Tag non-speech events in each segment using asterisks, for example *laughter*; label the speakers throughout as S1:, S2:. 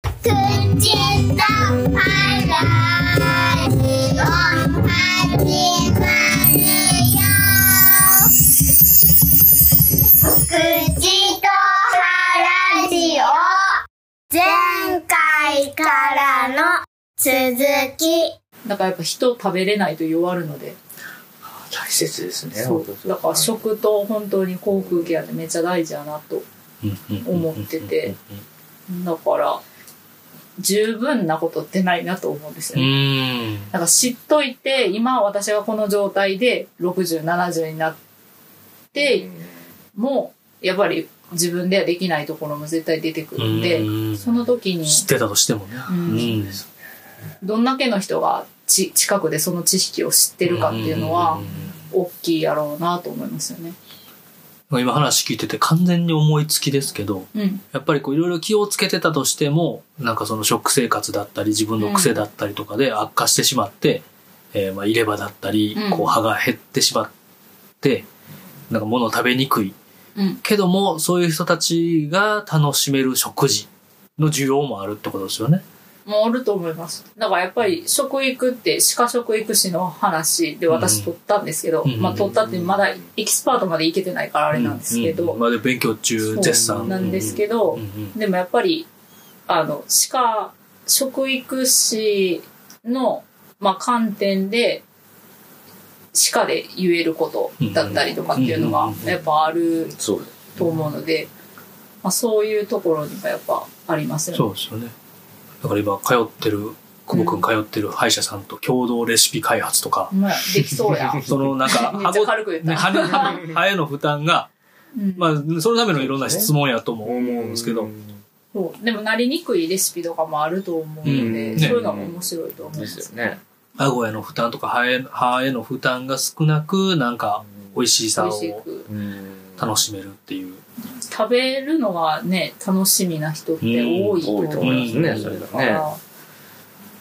S1: 口と笑いを始まるよ口と腹ジオ前回からの続き
S2: だからやっぱ人を食べれないと弱るので
S3: 大切ですね。
S2: だから食と本当に航空ケアってめっちゃ大事やなと思っててだから十分なことってないなと思うんです
S3: う
S2: よね
S3: ん。
S2: だから知っといて今私がこの状態で6070になってもやっぱり自分ではできないところも絶対出てくるんで
S3: うん
S2: その時に
S3: 知ってたとしてもね。
S2: うんどんだけの人がち近くでその知識を知ってるかっていうのは
S3: ん
S2: 大きいやろうなと思いますよね。
S3: 今話聞いてて完全に思いつきですけど、
S2: うん、
S3: やっぱりこういろいろ気をつけてたとしても、なんかその食生活だったり自分の癖だったりとかで悪化してしまって、えーまあ入れ歯だったり
S2: うん、
S3: こう歯が減ってしまって、なんか物を食べにくい。
S2: うん、
S3: けども、そういう人たちが楽しめる食事の需要もあるってことですよね。
S2: もうあると思います。だからやっぱり食育って歯科食育士の話で私取ったんですけど、
S3: うん
S2: まあ取ったってまだエキスパートまでいけてないからあ
S3: あ
S2: れなんですけど、
S3: まあ、で勉強中
S2: そう
S3: 絶賛
S2: なんですけど、
S3: うんうん
S2: でもやっぱりあの歯科食育士の、まあ、観点で歯科で言えることだったりとかっていうのが
S3: うん
S2: やっぱある
S3: そう
S2: と思うので、まあ、そういうところにもやっぱありますよね。
S3: そうですよねだから今通ってる久保君通ってる歯医者さんと共同レシピ開発とか、
S2: ほんまやできそう
S3: *laughs*
S2: や。
S3: そのなん
S2: *laughs*
S3: か
S2: めっちゃ軽く言った
S3: ね歯の歯への負担が、
S2: うん
S3: まあ、そのためのいろんな質問やとも思うんですけど、
S2: そうでもなりにくいレシピとかもあると思うので、
S3: うん
S4: ね
S2: そういうのも面白いと思いま。
S4: ですすよね。
S3: 顎への負担とか歯へ歯への負担が少なくなんか美味し
S2: 美
S3: さ
S2: 味し
S3: を
S2: く
S3: 楽しめるっていう、
S2: 食べるのがね楽しみな人って多いと
S4: 多いと
S2: 思
S4: 思
S2: う
S4: います
S3: う
S4: ね、
S3: ん
S4: それが
S2: か
S4: ね。
S2: ら、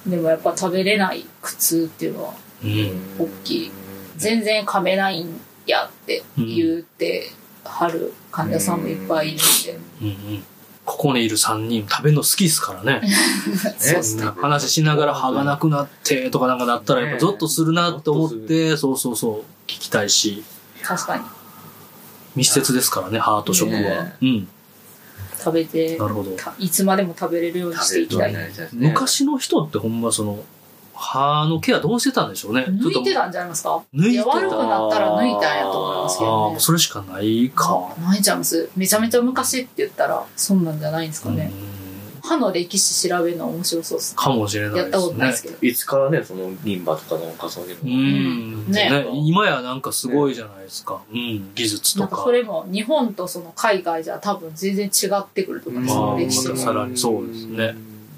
S2: でもやっぱ食べれない苦痛っていうのは
S3: うん
S2: 大きい全然噛めないんやって言うてはる患者さんもいっぱいいるんで、
S3: うんうん、ここにいる3人食べるの好きですからね
S2: *laughs* そうっす
S3: そん
S2: ね
S3: な話しながら歯がなくなってとかなんかなったらやっぱゾッとするなって思ってそうそうそう聞きたいし
S2: 確かに
S3: 密接ですからね歯と食は
S4: ね、
S3: うん、
S2: 食べて
S3: なるほど
S2: たいつまでも食べれるようにしていきたい。
S3: 昔の人ってほんまその歯のケアどうしてたんでしょうね
S2: 抜いて
S3: ちょった
S2: んじゃないですか
S3: と抜い
S2: い
S3: て
S2: や
S3: た
S2: 悪くなったら抜いたんやと思いますけ
S3: ああ
S2: ど
S3: も
S2: ね
S3: うそれしかないか、
S2: ないちゃいますめちゃめちゃ昔って言ったらそんなんじゃないんですかね、
S3: うん
S2: 歯の歴史調べるの面白そうっす
S3: かもしれない
S2: やった
S3: で
S2: こと
S3: す
S2: ない
S3: ね
S2: ですけど、
S4: いつからね、そのリンパとかなんかそういう
S3: うん
S4: のが。
S2: ね
S3: ね今やなんかすごいじゃないですか、うん、技術
S2: な
S3: と
S2: んか
S3: か
S2: それも日本とその海外じゃ多分全然違ってくると思います
S3: まあ
S2: その歴史
S3: ま
S2: も
S3: たさらにそうですね。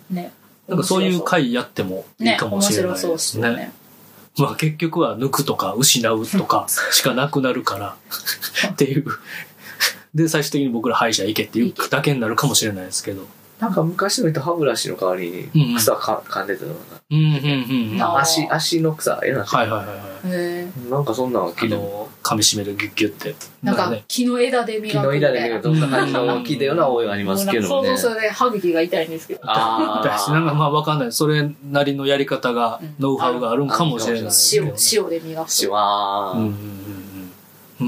S2: ね
S3: なんかそういう回やってもいい
S2: ね
S3: かも
S2: 面
S3: しれな
S2: 白
S3: いで
S2: そうっす
S3: すね
S2: よね
S3: まあ結局は抜くとか失うとかしかなくなるからっていう。で、最終的に僕ら歯医者行けっていうだけになるかもしれないですけど。
S4: なんか昔の人歯ブラシの代わりに草か噛んでたのが
S3: うんうんうんうん。
S2: あ
S3: は
S2: ー
S4: 足、足の草、えない
S3: はいはいは
S2: へえ
S4: なんかそんなの
S3: い。あ
S4: 聞いた
S3: の、噛み締めるギュッギュッて。
S2: なんか
S3: ね、
S2: 木の枝で
S4: 木
S2: 磨
S4: の
S2: くみ
S4: 板
S2: たい
S4: で
S2: な
S4: 見どんな感じの聞いたような覚えがあり
S2: もう
S4: ます
S2: なん
S4: け
S2: か
S4: ど
S2: 想
S4: ね
S2: 像。するで歯茎が痛いんですけど
S4: あ
S3: だしなんかまあわかんない。それなりのやり方が
S2: うん、
S3: ノウハウがあるんかもしれないですけど
S2: 塩
S3: ね。
S2: 塩で磨く
S4: し
S2: とか
S4: わ
S3: うんうんうんうん。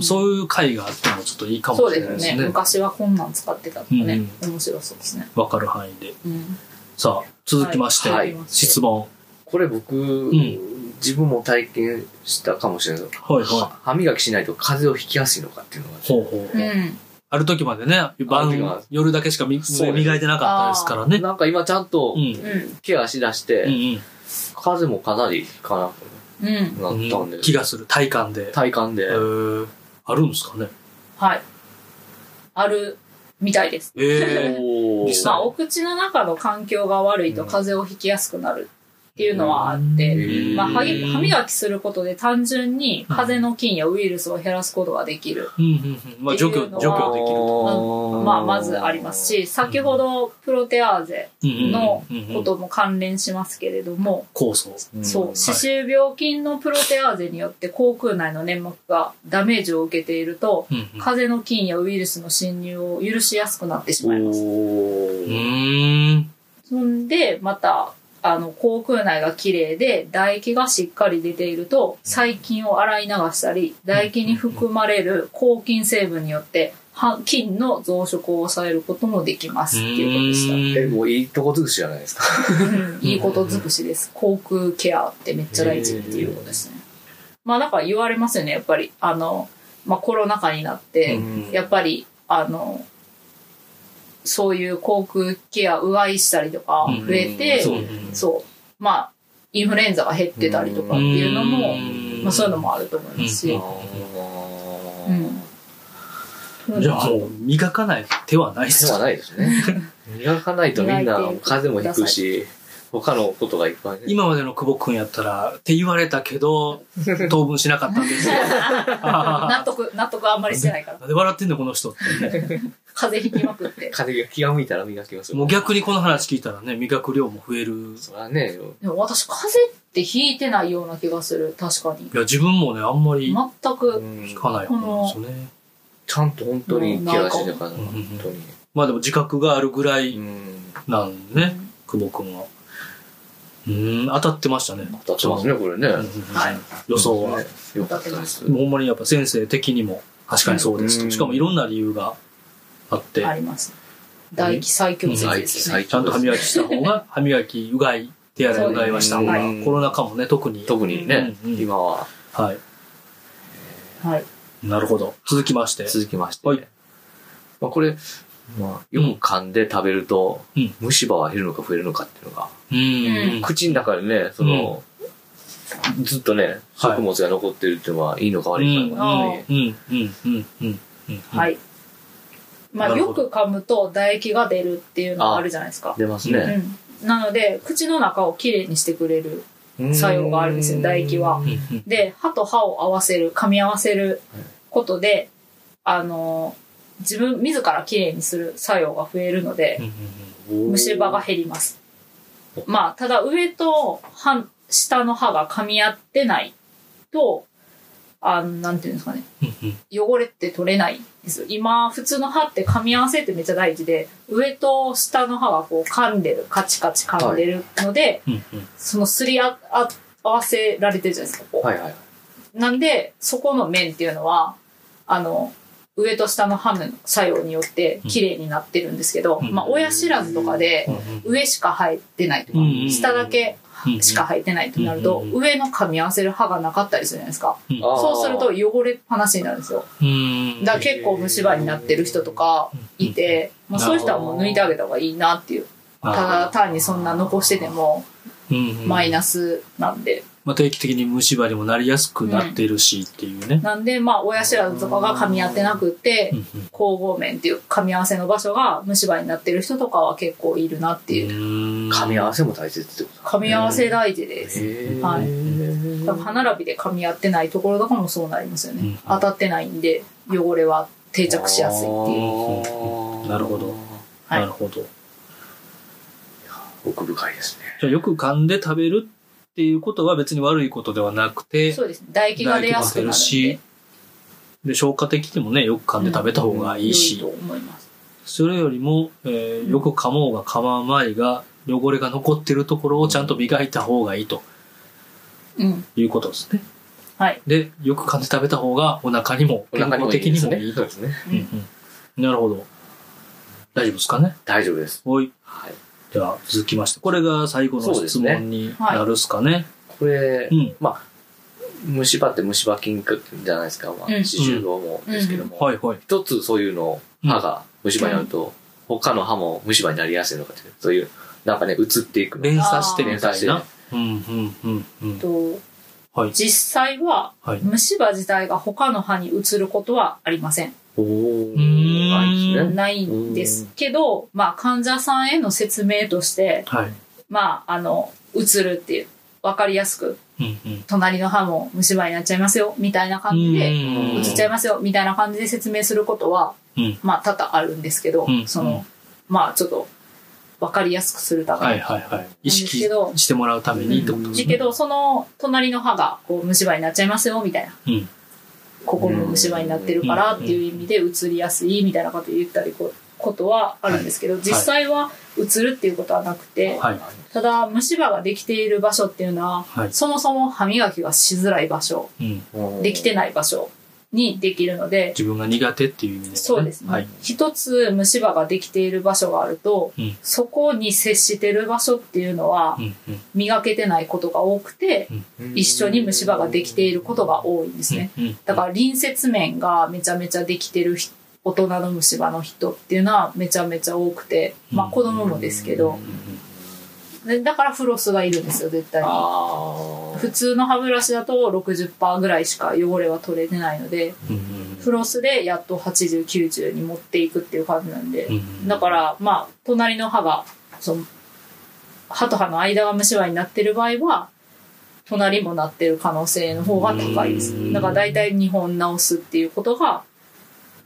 S3: そういう回があってもちょっといいか
S2: そ
S3: も
S2: う
S3: しれ
S2: で
S3: ないですす
S2: ね
S3: ね。
S2: 昔はこんなん使ってたとかね、面白そうですね、
S3: わかる範囲で。
S2: うん、
S3: さあ、続きまして、
S2: はい
S3: 質問。
S4: これ僕、
S3: ん
S4: 自分も体験したかもしれないけど
S3: はい
S4: は
S3: は
S4: 歯磨きしないと風邪をひきやすいのかっていうのが
S3: い。ほうほう。
S2: うん
S3: ある時までね、
S4: ある時
S3: 晩
S4: は、
S3: 夜だけしかみ
S4: そうです
S3: 磨いてなかったですからね。
S4: なんか今ちゃんと
S3: うん。
S2: う
S4: ケアしだして、
S3: うん
S4: 風もかなりかなく
S2: んうん
S4: なったんで、
S3: うん。気がする。体感で。
S4: 体感で、
S3: えーあるんですかね。
S2: はいあるみたいです
S3: ええ。
S4: おー
S3: 実際
S2: まあ、お口の中の環境が悪いと風邪をひきやすくなるっていうのはあって、
S3: うん
S2: まあ、歯
S3: う
S2: ぎ
S3: ん
S2: 歯磨きすることで単純に風邪の菌やウイルスを減らすことができる、
S3: うんうんうん。まあ、除去、
S2: って
S3: 除
S2: いうのは
S3: 去できると。
S2: まあ、まずありますし先ほどプロテアーゼ
S3: うんうん
S2: の
S3: うんうん
S2: ことも関連しますけれども、
S3: 酵素。
S4: うん
S2: そう歯周病菌のプロテアーゼによって口腔内の粘膜がダメージを受けていると
S3: うんうん。
S2: 風邪の菌やウイルスの侵入を許しやすくなってしまいます
S3: う
S4: おー
S3: ーん。
S2: ほんで、また、あの、口腔内が綺麗で、唾液がしっかり出ていると、細菌を洗い流したり、唾液に含まれる抗菌成分によって、は菌の増殖を抑えることもできますっていうことでした。
S4: え、もういいとこ尽くしじゃないですか。
S2: うんいいこと尽くしです。口腔ケアってめっちゃ大事っていうことですね。まあなんか言われますよね、やっぱり。あの、まあコロナ禍になって、
S3: うん
S2: やっぱり、あの、そういう口腔ケア、うがいしたりとか
S3: うん
S2: 増えて、
S3: そう
S2: そう。まあ、インフルエンザが減ってたりとかっていうのも、まあそういうのもあると思いますし。うんそういうのも
S3: じゃあ
S4: あ
S2: ある
S3: もう磨かない手はないっ
S4: ですは
S3: よ
S4: ないですね。磨かないとみんな風邪もひくし、他のことがいっぱいね。
S3: 今までの久保君やったらって言われた
S2: *laughs*
S3: けど当分しなかったんですよ
S2: 納得、納得あんまりしてない
S3: *laughs*
S2: から。
S3: なんで笑ってんのこの人って
S4: *laughs*
S2: 風邪ひきまくって。
S4: 風邪が気が向いたら磨きますよ。
S3: もう逆にこの話聞いたらね磨く量も増える
S4: それはね、
S2: でも私、風邪ってひいてないような気がする、確かに。
S3: いや自分もねあんまり
S2: 全く。
S3: 聞かない方ですよね、
S4: ちゃんと本当にケアしてたから、
S3: ん
S4: 本当に。
S3: まあでも自覚があるぐら
S4: う
S3: い
S4: ん。
S3: なんね、久保君はうん当たってましたね
S4: 当たってますね、これね。
S3: うんうんうん
S2: はい
S3: 予想は、
S4: ね。よかったです。
S3: もうほんまにやっぱ先生的にも確かにそうですと、
S4: うん
S3: しかもいろんな理由があって、
S2: あります。唾液最強説
S4: 最
S2: ですよね。
S4: 最
S3: ちゃんと歯磨き
S4: き。
S3: した方
S4: *laughs*
S3: が歯磨きうがい手洗いうがいはした方が、
S4: うん
S3: コロナ禍もね特に
S4: 特にね、
S3: うんうん
S4: 今は
S3: はい
S2: はい。
S3: なるほど続きまして
S4: 続きまして。
S3: はい
S4: まあこれ、まあ、よく噛んで食べると、
S3: うん
S4: 虫歯は減るのか増えるのかっていうのが、
S3: う
S2: う
S3: ん
S2: ん
S4: 口の中でね、その、ずっとね、食物が残ってるっていうのはいいのか悪いのかわかんないけ
S3: う
S4: ど、
S3: んうんうんうんうん
S2: はい。ま
S3: な
S2: あ、
S3: る
S2: よ
S3: ほど
S2: く噛むと唾液が出るっていうのがあるじゃないですか。
S4: 出ます
S2: う
S4: ね。
S2: ん。なので、口の中をきれいにしてくれる。
S4: うん
S2: 作用があるんですよ唾液は
S3: うんうん
S2: で、歯と歯を合わせる、噛み合わせることで、あの、自分自らきれいにする作用が増えるので
S3: う、ん
S2: 虫歯が減ります。まあ、ただ上と歯、下の歯が噛み合ってないと、あの、なんていうんですかね。
S3: うんうん
S2: 汚れって取れないんですよ今普通の歯って噛み合わせってめっちゃ大事で上と下の歯がこう噛んでるカチカチ噛んでるので、
S3: うんうん
S2: そのすりああ合わせられてるじゃないですかこう、
S4: はいはい。
S2: なんでそこの面っていうのはあの上と下の歯の作用によって綺麗になってるんですけど、
S3: うん
S2: まあ、親知らずとかで
S3: うん
S2: 上しか生えてないとか、
S3: うん
S2: 下だけ
S3: うん
S2: しか生えてないとなると、
S3: うん
S2: 上の噛み合わせる歯がなかったりするじゃないですか、
S3: うん
S4: あー
S2: そうすると汚れっぱなしになるんですよ
S3: うん
S2: だから結構虫歯になってる人とかいて、まあ、そういう人はもう抜いてあげた方がいいなっていうただ単にそんな残してても
S3: うんうん
S2: マイナスなんで、
S3: まあ、定期的に虫歯にもなりやすくなってるしっていうね、
S2: なんでまあ親知らずとかが噛み合ってなくて
S3: うんうん
S2: 交互面っていう噛み合わせの場所が虫歯になってる人とかは結構いるなっていう
S4: 噛
S3: 噛
S4: み合わせも大切ってこと
S2: 噛み合わせ大事です
S4: へ
S2: はい
S4: ー
S2: 多分歯並びで噛み合ってないところとかもそうなりますよ
S3: うん
S2: ね当たってないんで汚れは定着しやすいっていう
S3: うんなるほど
S2: はい
S3: なるほど
S4: 奥深いですね。
S3: じゃあよく噛んで食べるっていうことは別に悪いことではなくて
S2: そうですね唾液が出やすくなるんで
S3: で消化的にもねよく噛んで食べた方がいい
S2: 良
S3: し、
S2: いと思います
S3: それよりも、えーよく噛もうが噛まないが汚れが残ってるところをちゃんと磨いた方がいいと
S2: うん
S3: いうことですね
S2: はい
S3: でよく噛んで食べた方がお腹にも
S4: お
S3: 健
S4: 腹
S3: 康
S4: にもいい
S3: 的
S4: で
S3: に
S4: す
S3: も
S4: ね。
S3: いい
S4: そうですね。
S2: う
S3: うん
S2: ん
S3: うんなるほど大丈夫ですかね
S4: 大丈夫です。
S3: はい
S4: はい。
S3: では続きましてこれが最後の
S4: そうで
S3: 質
S4: すね
S3: 問になるっすかね
S4: これ
S3: う、ん
S4: 虫歯って虫歯菌じゃないですか。まあ、
S2: うん
S4: 歯周病もですけども。
S3: はいはい
S4: 一つそういうの、歯が虫歯になると、他の歯も虫歯になりやすいのかっていう、そういう、なんかね、移っていくの。
S3: 連鎖してみ
S4: 連
S3: た
S4: 鎖し
S3: い
S4: てね
S3: な。うんうんうんうん
S2: と
S3: はい
S2: 実際は
S3: はい
S2: 虫歯自体が他の歯に移ることはありません。
S4: おー
S3: ん
S4: ないですね。
S2: ないんですけど、まあ患者さんへの説明として、
S3: はい
S2: まああの、移るっていう、わかりやすく、
S3: うんうん
S2: 隣の歯も虫歯になっちゃいますよ、みたいな感じで、
S3: うん
S2: 移っちゃいますよ、みたいな感じで説明することは、
S3: うん
S2: まあ多々あるんですけど、
S3: うん
S2: そうの、まあちょっと、わかりやすくするために
S3: はいはいはい意識
S2: けど
S3: してもらうためにってことです
S2: だ
S3: ね
S2: けど、その隣の歯がこう虫歯になっちゃいますよみたいな、
S3: うん
S2: ここも虫歯になってるからっていう意味で移りやすいみたいなこと言ったりこことはあるんですけど、実際は移るっていうことはなくて、
S3: はい。
S2: ただ虫歯ができている場所っていうのは、
S3: はい
S2: そもそも歯磨きがしづらい場所
S3: うん。
S4: うん
S2: できてない場所にできるので、
S3: 自分が苦手っていう意味で、ね。
S2: そうですね、
S3: はい。
S2: 一つ虫歯ができている場所があると、
S3: うん
S2: そこに接してる場所っていうのは
S3: うんうん。
S2: 磨けてないことが多くて、一緒に虫歯ができていることが多いんですね、
S3: うんうん。
S2: だから隣接面がめちゃめちゃできてる人大人の虫歯の人っていうのはめちゃめちゃ多くて、まあ
S3: うん
S2: 子供もですけど
S3: う、んうん
S2: でだからフロスがいるんですよ、絶対に。
S4: ああ
S2: 普通の歯ブラシだと60%ぐらいしか汚れは取れてないので、
S3: うんうん
S2: フロスでやっと80、90に持っていくっていう感じなんで
S3: う、ん
S2: だから、まあ、隣の歯が、その、歯と歯の間が虫歯になってる場合は、隣もなってる可能性の方が高いで
S3: うーん
S2: す。だから大体2本直すっていうことが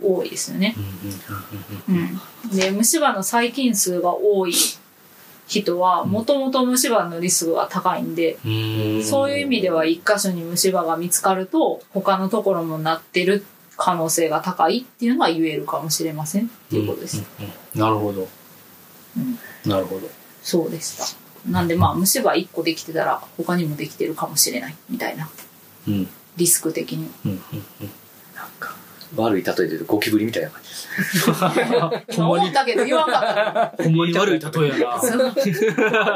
S2: 多いですよね
S3: う。んうんうん
S2: うん。で、虫歯の細菌数が多い人は、もともと虫歯のリスクが高いんで、
S3: うんうん
S2: そういう意味では一箇所に虫歯が見つかると、他のところもなってる可能性が高いっていうのは言えるかもしれませんっていうことです。
S3: うんうんうんなるほど、
S2: うん
S3: なるほど
S2: そうでした。なんでまあ虫歯1個できてたら他にもできてるかもしれないみたいな。
S3: うんうん
S2: リスク的に。
S3: うんうん
S4: なんか悪い例えで言うとゴキブリみたいな感じです
S2: 今思ったけど言わんか
S3: ほんまに悪い例えやな
S2: った。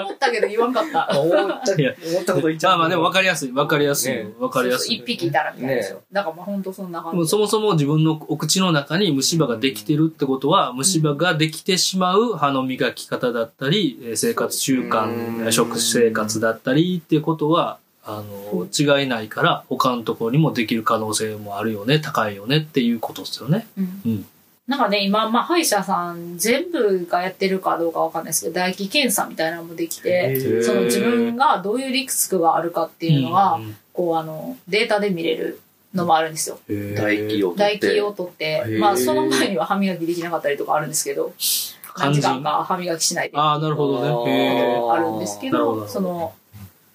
S2: 思ったけど言わんかった。
S4: 思った
S3: いや
S4: こと言っち
S3: ま
S4: ゃ
S3: あ
S4: う
S3: まあでも分かりやすい分かりやすい、
S4: ね
S3: 分かりやす
S2: そ
S3: い
S2: うそう一匹いたらみたいなでしょ
S4: ね
S2: だからまあ本当そんな感
S3: もう
S2: じ。
S3: そもそも自分のお口の中に虫歯ができてるってことは、虫歯ができてしまう歯の磨き方だったり、えー生活習慣、
S4: うん
S3: 食生活だったりっていうことは、あの、違いないから、他のところにもできる可能性もあるよね、高いよねっていうことですよね。
S2: うん
S3: うん
S2: なんかね、今、まあ、歯医者さん全部がやってるかどうかわかんないですけど、唾液検査みたいなのもできて、
S4: へー
S2: その自分がどういうリスクがあるかっていうのは、
S3: ん
S2: こう、あの、データで見れるのもあるんですよ。
S3: へー
S4: 唾液を
S2: 唾
S4: 取って
S2: 液を取って
S4: へ、ー
S2: まあ、その前には歯磨きできなかったりとかあるんですけど、何時間か歯磨きしないで
S3: ああ、なるほどね。へー
S2: あるんですけ
S3: なるほ
S2: ど
S3: ど
S2: その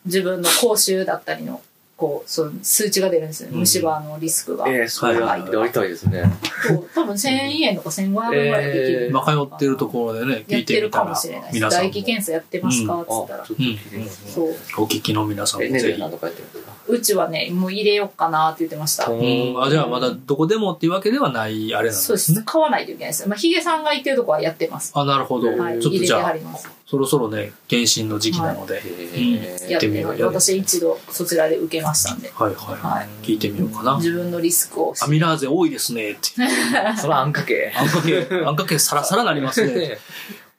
S2: 自分の口臭だったりのこうその数値が出るんですよ、
S3: うん
S2: 虫歯のリスクが、
S4: ええそれはやりたいですね
S2: そう多分1000円とか1500円ぐらいでできる、
S4: えー
S3: まあ、通ってるところでね、聞
S2: やっ
S3: い
S2: て
S3: て
S2: る
S3: みた
S2: からもしれない、です
S3: 皆さ
S2: 唾
S3: んも
S2: 液検査やってますか
S4: あ
S2: っ
S4: ちょ
S2: つっ
S4: った
S2: ら
S4: と聞いてみます
S2: そう
S3: お聞きの皆さん
S4: え
S3: も
S4: ね
S3: ぜ
S4: ね
S3: ひ
S4: なん。とかやってるんですか
S2: うちはねもう入れようかなって言ってました、
S3: うん、あじゃあまだどこでもっていうわけではないあれなん
S2: そうで
S3: で
S2: すす
S3: ね。
S2: 買わないといけないですまあヒゲさんが行ってるとこはやってます、
S3: あ、なるほど。
S2: はい、
S3: ち
S2: 入
S3: ょっと
S2: れ
S3: じ
S2: て
S3: ゃ
S2: は
S3: あ
S2: り、ます
S3: そろそろね、検診の時期なので、
S4: へ
S2: やって
S3: み
S2: み
S3: よう
S2: る
S3: やってみよう
S2: 私一度そちらで受けましたんで
S3: はい、はい、
S2: はい
S3: 聞いてみようかな。
S2: 自分のリスクを
S3: アミラーゼ多いですね、って。
S4: ーそれはあんかけ
S3: あんかけ、
S2: *laughs*
S3: あんかけサラサラなりますね。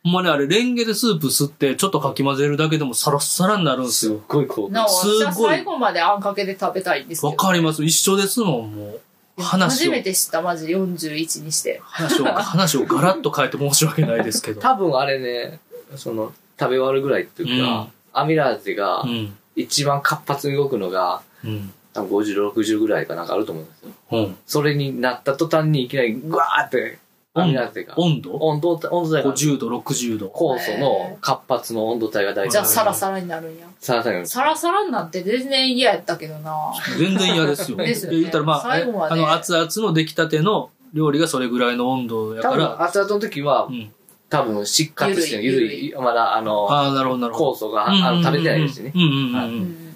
S3: ほんまね、あれ、レンゲでスープ吸って、ちょっとかき混ぜるだけでもサラッサラになるんです
S4: すっ
S3: よ。
S4: ごいこう
S2: なお、
S3: すごい
S2: 私は最後まであんかけで食べたいんですけど。
S3: わかります。一緒ですもん、もう。話
S2: 初
S3: を
S2: め、て知った、マジ41にして。
S3: 話を、話をガラッと変えて申し訳ないですけ
S2: *laughs*
S3: ど。
S4: 多分あれねその食べ終わるぐらいっていう
S3: うん
S4: かアミラーゼが
S3: うん。
S4: 一番活発に動くのが
S3: うん。
S4: 多分5060ぐらいかなんかあると思うんですよ
S3: うん。
S4: それになった途端にいきなりグワーってアミラーゼが
S3: 温度
S4: 温度温度帯が
S3: ?50 度、60度。
S4: 酵素の活発の温度帯が大事
S2: じゃあ、サラサラになるんや。
S4: サラサラ
S2: サラサラになって全然嫌やったけどな
S3: 全然嫌ですよ。
S2: ですよね
S3: 言ったらまあ、
S2: 最後まで
S3: あの、熱々の出来たての料理がそれぐらいの温度や
S4: 多
S3: から、
S4: 分熱々の時は
S3: うん。
S4: 多分失活してる
S2: 緩
S4: 緩
S2: い
S4: いまだあの
S3: ああ、なるほど、なるほ
S4: 酵
S3: ど。
S4: 素があの食べてないですね
S3: うんうんうん
S4: はい
S3: うん
S2: う
S3: うん。
S2: ん。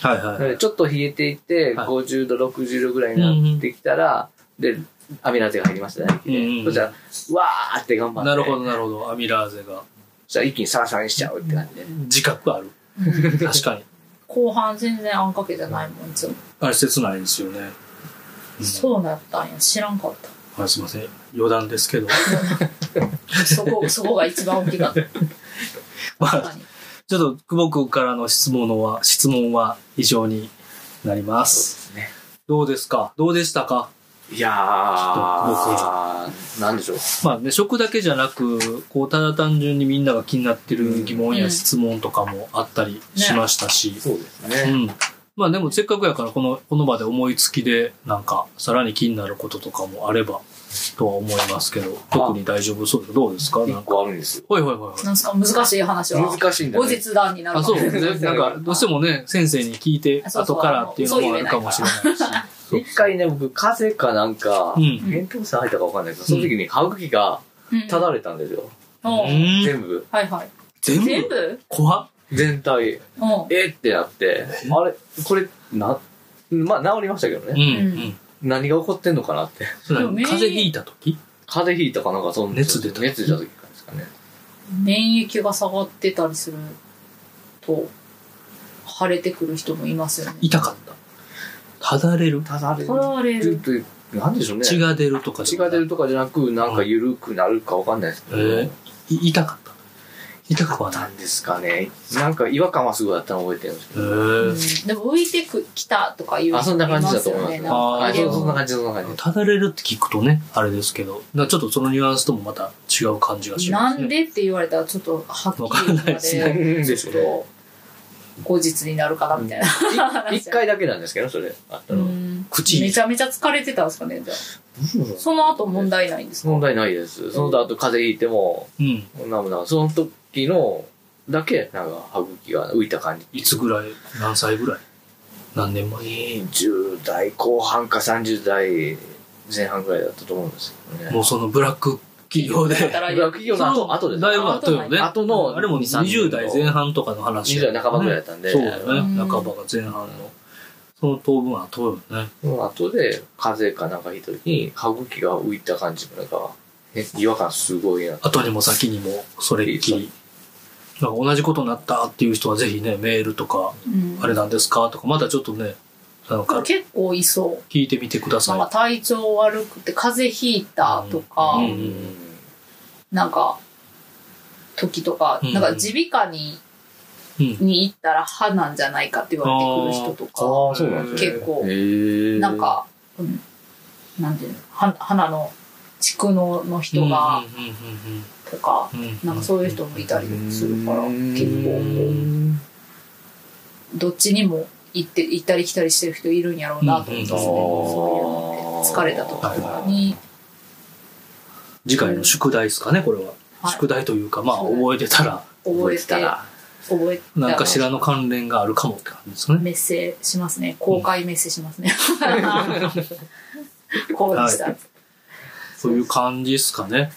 S3: はい
S4: な
S3: は
S4: の
S3: い。
S4: でちょっと冷えていって
S3: はい
S4: 50度60度ぐらいになってきたらでアミラーゼが入りましたね
S3: うんうん
S4: そしたらうわーって頑張って
S3: なるほど、なるほど。アミラーゼが。
S4: そしたら一気にサラサラにしちゃうって感じで
S3: 自覚ある。確かに。
S2: 後半全然あんかけじゃないもん、いつも。
S3: あれ、切ないですよね。うん
S2: そうなったんや。知らんかっ
S3: はい、すいません。余談ですけど。 *laughs*
S2: た。そこ、そこが一番大きかった。
S3: ま
S2: 確か
S3: あ、
S2: に。
S3: ちょっと、久保君からの質問は、質問は以上になります。
S4: すね
S3: どうですかどうでしたか
S4: いやーなんでしょう
S3: まあね、食だけじゃなく、こう、ただ単純にみんなが気になってる疑問
S2: う
S3: や
S2: ん
S3: 質問とかもあったりしましたし、
S4: そうです
S3: う
S4: ね
S3: ん。まあでもせっかくやから、この、この場で思いつきで、なんか、さらに気になることとかもあれば、とは思いますけど、特に大丈夫そうです。どうですかな
S4: 一
S3: んか。
S4: 個あるんですよ
S3: はいはいはいはい。
S2: なんすか、難しい話は。
S4: 難しいんだ
S2: 後
S4: ね
S2: 日談になる
S3: あ、
S2: か
S3: そ
S2: も
S3: う。なんか、どうしてもね、先生に聞いて、
S2: あそうそう
S3: 後からっていうのもあるかもしれないし。
S4: 一回ね僕風邪かなんか
S3: うん
S4: 扁桃腺入ったかわかんないけどその時に歯茎が
S2: うん
S4: ただれたんですよ。
S2: おう
S3: うん
S4: 全部。
S2: はいはい。
S3: 全
S2: 全
S3: 部
S2: 部
S3: 怖っ
S4: 全体。
S2: おう
S4: えってなって、あれ、これ、な、まあ治りましたけど
S3: うん
S4: ね。
S3: うん
S4: 何が起こってんのかなって。
S3: それ
S2: でも
S3: 風
S2: 免疫
S3: 邪ひいた時
S4: 風邪ひいたかなんか、その
S3: 熱出た
S4: 熱出た時からですかね。
S2: 免疫が下がってたりすると、腫れてくる人もいますよね。
S3: 痛かったただれる
S4: ただれ
S2: ただれ
S4: る
S2: る。
S4: って、なんでしょうね。
S3: 血が出るとか
S4: 血が出るとかじゃなく、なんか緩くなるかわかんないですけど。
S3: えーい痛かった痛くはな
S4: ないんですかね。なんか違和感はすごいあったの覚えてるんですけ
S3: え
S2: うん
S3: ー、
S2: でも浮いてくきたとかいう
S4: ど。あ、そんな感じだと思います。
S2: 人
S3: あ
S2: ま
S4: あ、
S2: すよ
S4: そ
S2: ね
S4: うそんな感じ、そんな感じ。
S3: ただれるって聞くとねあれですけどだからちょっとそのニュアンスともまた違う感じがし
S2: な
S3: ます、
S2: ん
S3: ね、
S2: でって言われたらちょっとはっきり
S3: わかんないで
S2: です
S4: ね
S2: ちょっと後日になるかなみたいな、
S4: い一回だけなんですけど、それ。あった
S2: う
S4: の。
S2: ん
S3: 口
S2: めちゃめちゃ疲れてたんですかねじゃあその後問題ないんですか
S4: 問題ないです。その後風邪ひいても、
S3: うん
S4: なんもないその時の、だけ、なんか歯茎が浮いた感じ。
S3: いつぐらい何歳ぐらい何年前
S4: 20代後半か30代前半ぐらいだったと思うんですけど
S3: も
S4: ね。
S3: うそのブラック企業で
S2: 働いて
S4: 企業の後後です。
S3: だいぶ後よね。
S4: 後の
S3: あれも
S4: 2 30
S3: 20代前半とかの話。
S4: 20代半ばぐらいだったんで
S3: そうだよ
S2: うん
S3: ね。半ばが前半の。その当分は後よね。
S4: その後で、風邪かなんかひいた時に、歯茎が浮いた感じが、なんか、ね違和感すごいな。
S3: 後にも先にも、それっきり。なんか同じことになったっていう人はぜひね、メールとか、
S2: うん
S3: あれなんですかとか、まだちょっとね、なんか
S2: 結構いそ
S3: 聞いてみてくだ
S2: うなんか
S3: さ
S2: 体調悪くて風邪ひいたとか、
S3: うん
S2: なんか時とか、
S3: うん
S2: なんか耳鼻科に
S3: い。うん。
S2: に行ったら歯なんじゃないかって言われてくる人と
S4: あ
S2: か
S4: ーそうなんですね。
S2: 結構
S4: へー
S2: なん、か、うん、なんていうのは鼻の蓄能の人が
S3: うんう
S2: とか、
S3: んうんうん、
S2: なんかそういう人もいたりするから、結構こうどっちにも行って行ったり来たりしてる人いるんやろうなと思うんですね、
S3: うん
S2: そういうので疲れた時とかに、
S3: 次回の宿題ですかね、これは。
S2: はい
S3: 宿題というか、まあ、
S2: そう
S3: 覚えてたら、
S2: 覚えて覚えた
S3: なんかしら
S2: ん
S3: の関連があるかもって感じですね。
S2: メッセしますね公開メッセし
S3: *laughs*
S2: ますね、こうでした、はい
S3: そういう感じですかね。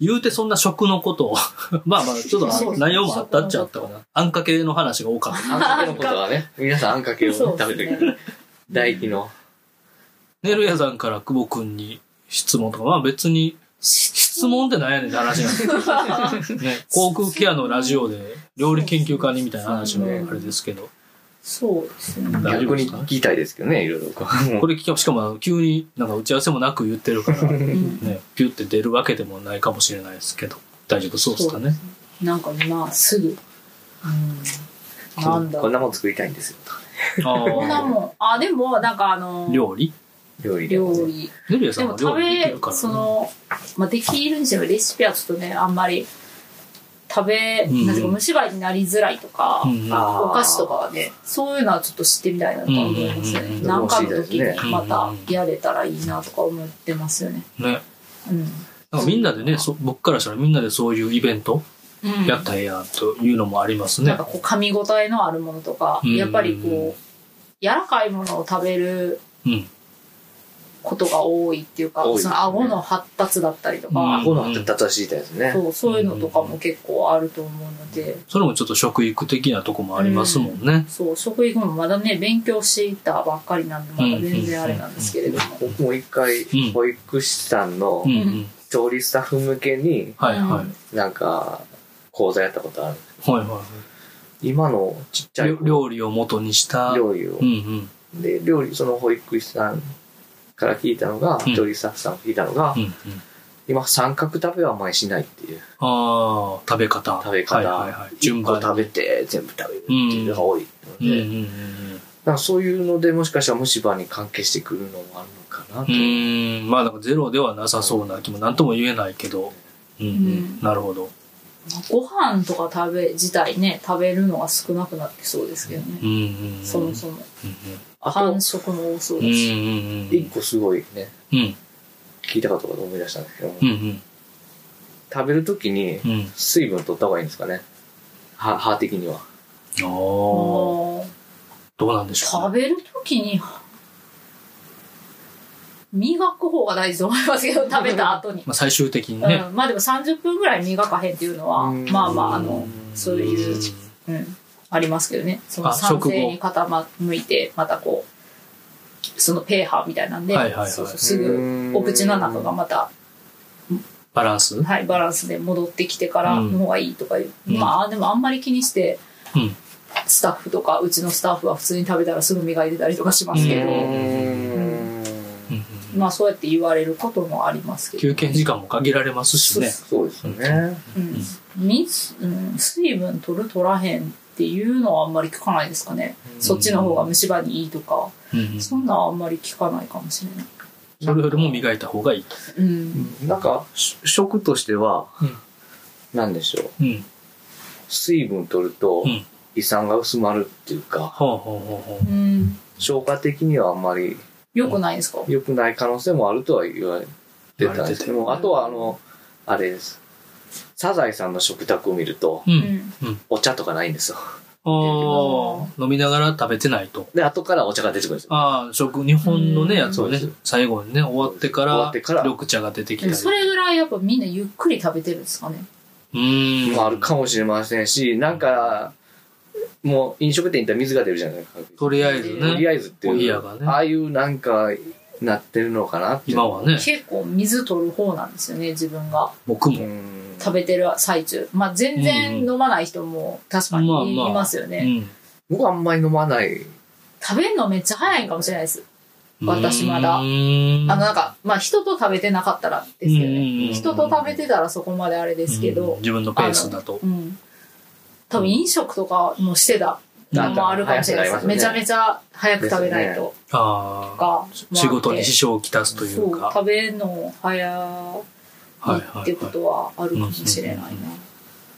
S3: 言うてそんな食のことを、 *laughs* まあまあ、ちょっと
S2: そう
S3: 内容もあったっちゃったかな。あんかけの話が多かっ
S4: あんかけのことは
S2: *laughs*
S4: ね、皆さんあんかけを
S2: そ
S4: 食
S2: うですね
S4: べてくる。唾液の。
S3: た。ねるやさんから久保くんに質問とか、まあ別に、質問ってなんやねんって話なんですけど、ね、航空ケアのラジオで料理研究家にみたいな話もあれですけど、
S2: そうですね
S3: 大丈夫
S4: 逆
S3: で
S4: に
S3: すか
S4: 聞きたいですけどね、いろいろ。
S3: これ聞きしかも急になんか打ち合わせもなく言ってるから、ね、
S2: うん
S3: ピュって出るわけでもないかもしれないですけど、大丈夫そうですかね。
S2: なんか今すぐ、うん、なんだ
S4: こんなもん作りたいんですよ。
S3: あ
S2: こんな
S3: ー
S2: もんあでもなんかあの
S3: 料理
S4: 料理でも
S2: 料
S4: ね。
S2: 理
S3: ねるやさ
S2: で
S3: んは
S2: も
S3: 料
S2: 食
S3: 理でき
S2: べ
S3: るから、ね。
S2: その、まあ、できるんですよレシピはちょっとねあんまり食べ、
S3: うん
S2: なんていうか虫歯になりづらいとか、
S3: うんうん
S2: お菓子とかはねそういうのはちょっと知ってみたいなとは思いますね、
S3: うんうんうんうん
S2: なんかの時
S4: 美味しいです
S3: ね
S2: にまたやれたらいいなとか思ってますよね
S3: ね。
S2: うん、
S3: なんかみんなでね、そ僕からしたらみんなでそういうイベント
S2: うん
S3: やったらええやんというのもありますね
S2: なんか。こう噛み応えのあるものとか、
S3: うん
S2: やっぱりこう柔らかいものを食べる
S3: うん。
S2: ことが多いっていうか、
S4: 多いです
S2: そ
S4: ね
S2: の顎の発達だったりと
S3: うん
S2: か、
S4: この後、たたしいたですね。
S2: そうそういうのとかも結構あると思うので、
S3: それもちょっと食育的なとこもありますもんね。
S2: そう食育もまだね勉強していたばっかりなんでまだ全然あれなんですけれども、
S4: 僕も一回
S3: うん、
S4: 保育士さんの
S3: うんうん。
S2: うん
S4: 調理スタッフ向けに、
S3: はいはい。
S2: うん
S4: なんか、講座やったことある。
S3: はいは
S4: 今のちっちゃ
S3: い。
S4: い
S3: 料料理を元にした。
S4: 料理を
S3: うん。うん。
S4: で、料理、その保育士さんから聞いたのが、
S3: うん
S4: 調理スタッフさんから聞いたのが
S3: う、んうん。
S4: 今、三角食べはあんまりしないっていう。
S3: ああ、食べ方。
S4: 食べ方
S3: はいはいはい。順
S4: 順番
S3: 番。
S4: 食べて、全部食べるっていうのが多いの
S3: うんうん
S4: で、なんかそういうので、もしかしたら虫歯に関係してくるのもあるのかな
S3: うんう
S4: と。
S3: ん。うん。まあなんかゼロではなさそうな気もなんとも言えないけど。うんうん。なるほど。
S2: ご飯とか食べ自体ね食べるのが少なくなってそうですけどね
S3: う、んうんうん。
S2: そもそも
S3: うん
S4: あと
S2: 繁、殖も多そう
S3: うん。うん
S2: だし、
S3: うんう
S4: 一
S3: ん。
S4: 個すごいね、
S3: うん
S4: 聞いたことが思い出したんですけど、
S3: うんうん
S4: 食べるときに
S3: うん。
S4: 水分取った方がいいんですかね。歯歯的には。
S3: あ
S2: あ
S3: あ、ど
S2: ー
S3: うなんでしょう
S2: 食べる時に磨く方が大事と思いますけど、食べた後に。
S3: まあ、最終的に
S2: う
S3: ね。
S2: ん、まあでも30分ぐらい磨かへんっていうのは、
S3: うん
S2: まあまあ、あの、そういう、うん、ありますけどね。その
S3: あ食
S2: 酸
S3: 後
S2: 性に傾いて、またこう、そのペーハーみたいなんで、
S3: はいはいはい
S2: そうそうすぐお口の中がまた、
S3: バランス。
S2: はい、バランスで戻ってきてから
S3: うん
S2: の方がいいとかいう。
S3: うん
S2: まあでもあんまり気にして、
S3: うん
S2: スタッフとか、うちのスタッフは普通に食べたらすぐ磨いてたりとかしますけど、
S3: うんうんうん
S2: まあそうやって言われることもありますけど。
S3: 休憩時間も限られますしね。
S4: そうですね。
S2: うん水うん、水分取る取らへんっていうのはあんまり聞かないですかね、そっちの方が虫歯にいいとか
S3: うんうん
S2: そんなんあんまり聞かないかもしれない、
S3: それよりも磨いた方がいい。
S2: うん、
S4: なんか、し食としては
S3: うん、
S4: なんでしょう。
S3: うん。
S4: 水分取ると
S3: うん、
S4: 胃酸が薄まるっていうか、
S3: ほうほうほうほう。
S2: うん、
S4: 消化的にはあんまり
S2: よくないですか、
S4: 良くない可能性もあるとは言われてたんですけど
S3: 言
S4: も、あとはあの、あれです。サザエさんの食卓を見ると、
S3: う。
S2: うんん、
S4: お茶とかないんですよ。
S3: ああ、飲みながら食べてないと。
S4: で、後からお茶が出てくるんですよ。
S3: ああ、食、日本のね、
S2: うん
S3: やつをね
S4: そうです、
S3: 最後にね、終わってか
S4: 終わ
S3: ら
S4: ってから、
S3: 緑茶が出てきた
S2: で
S3: り。
S2: もそれぐらいやっぱみんなゆっくり食べてるんですかね
S3: うーん。
S4: まあ、あるかもしれませんし、なんか、もう飲食店行ったら水が出るじゃないですか。
S3: とりあえず
S2: えず
S4: とり
S3: ね、
S4: あえずって
S3: お部
S4: い
S3: 屋
S4: う、
S3: がね
S4: ああいうなんか、なってるのかなっていう
S3: 今はね、
S2: 結構水取る方なんですよね自分が
S3: 僕
S4: う
S3: も。
S4: ん
S2: 食べてる最中まあ全然
S3: うん
S2: 飲まない人も確か
S3: まあま
S2: にい
S3: あ
S2: ますよね、
S3: うん
S4: 僕はあんまり飲まない。
S2: 食べるのめっちゃ早いんかもしれないです私まだ
S3: うーん
S2: あのなんかまあ人と食べてなかったらですけど
S3: うんうんう
S2: ね
S3: ん
S2: 人と食べてたらそこまであれですけど、
S3: うん自分のペースだと。
S2: うん。多分飲食とかもしてたのもあるかもしれないです。
S4: うん
S2: めちゃめちゃ早く食べないと
S3: ああ、
S2: か、
S3: 仕事に支
S2: し
S3: 障をきたすとい
S2: そうう、
S3: か。
S2: 食べるの早
S3: はい
S2: い
S3: は
S2: っ
S3: い
S2: てこ
S3: はい。
S2: とはあるかもしれないな。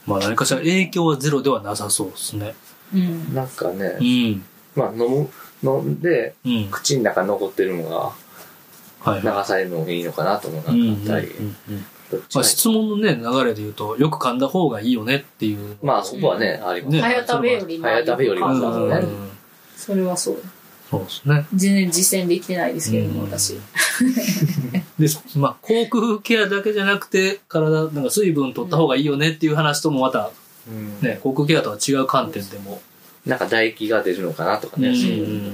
S3: まあ何かしら影響はゼロではなさそうですね。
S2: うん。
S4: なんかね
S3: う、ん。
S4: まあ飲む、飲んで、
S3: うん。
S4: 口の中に残ってるのが
S3: はいはい。
S4: 流されるのもいいのかなともな
S3: うんうんう
S4: っ
S3: ん
S4: たり、
S3: うん
S4: どっち
S3: ま
S4: が
S3: あ質問のね、流れで言うと、よく噛んだ方がいいよねっていう。
S4: まあそこはね、あります。
S3: ね
S2: 早食べよりも
S4: 早食べより
S3: う
S4: も
S3: ん
S4: まあそうだね
S3: うん
S2: それはそう。
S3: そうですね。
S2: 全然実践できてないですけども、
S3: うん
S2: 私。
S3: で、まあ、口腔ケアだけじゃなくて、体、なんか水分取った方がいいよねっていう話ともまた、
S4: うん
S3: ね、口腔ケアとは違う観点でも。
S4: なんか唾液が出るのかなとかね。
S3: うん
S4: そう
S2: う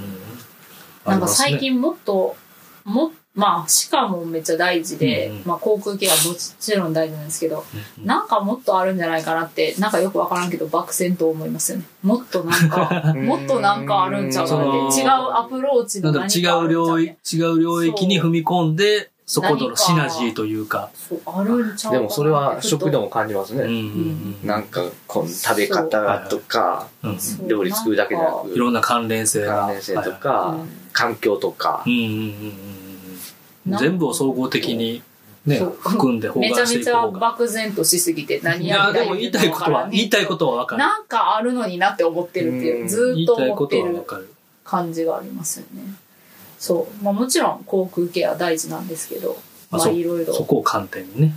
S3: あ
S2: な
S3: り
S2: んか
S3: ますね
S2: 最近もっと、も、まあ、歯科もめっちゃ大事で、
S3: うんうん
S2: まあ、航空機はもちろん大事なんですけど、
S3: うん
S2: なんかもっとあるんじゃないかなって、なんかよくわからんけど、漠然と思いますよね。もっとなん
S3: *laughs*
S2: か、
S4: うん
S2: もっとなんかあるんちゃうかなって、
S3: そ
S2: 違う
S3: の
S2: アプローチ
S3: な
S2: の
S3: ん
S2: 何
S3: だ
S2: かあるんちゃ
S3: ろう
S2: う
S3: 違う領域、違う領域に踏み込んで、そことのシナジーというか。
S2: そうあるんちゃうかなって
S4: でもそれは食で
S2: も
S4: も感じます
S3: うんう
S4: ね。
S3: んうん
S4: なんかこの食べ方とか、
S3: うん
S4: 料理作るだけでなく、
S3: いろんな関連性が。
S4: 関連性と
S2: う
S4: か
S2: ん、
S4: 環境とか
S3: う、んうんうんうんうん。全部を総合的に、ね、
S2: そう
S3: 含んで包
S2: *laughs* めちゃ
S3: 含して
S2: め
S3: い
S2: ち
S3: く
S2: ゃ
S3: 方が。
S2: 漠然としすぎて何
S3: い
S2: や
S3: や、
S2: りた
S3: で
S2: い
S3: も言いたいことは、言いたいことはわかる。
S2: なんかあるのになって思ってるっていうう、
S4: ん
S2: ず
S3: 言
S2: ーっ
S3: い
S2: と
S3: たい
S2: 思
S3: こ
S2: って
S3: とは
S2: る
S3: わ。かる。
S2: 感じがありますよね。そう。まあもちろん航空ケア大事なんですけど、
S3: あ
S2: まあ
S3: そう
S2: いろい
S3: そ
S2: ろ
S3: こを観点にね。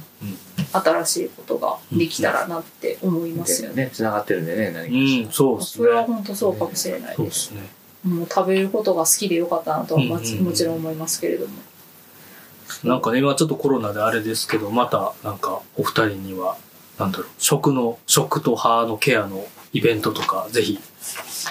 S2: 新しいことができたらなって思い
S4: み
S2: ま
S4: た
S2: す
S4: い
S2: よ
S4: な
S2: ね。
S4: ね、繋がってるんでね、何かし
S3: うん、そうっす
S2: それは本当そうかもしれない
S3: そうで
S2: です。
S3: すね。
S2: もう食べることが好きでよかったなとはま
S3: うんうん
S2: ち
S3: うん
S2: もちろん思いますけれども。
S3: なんかね、今ちょっとコロナであれですけど、またなんかお二人には、なんだろう、食の、食と歯のケアのイベントとか、ぜひ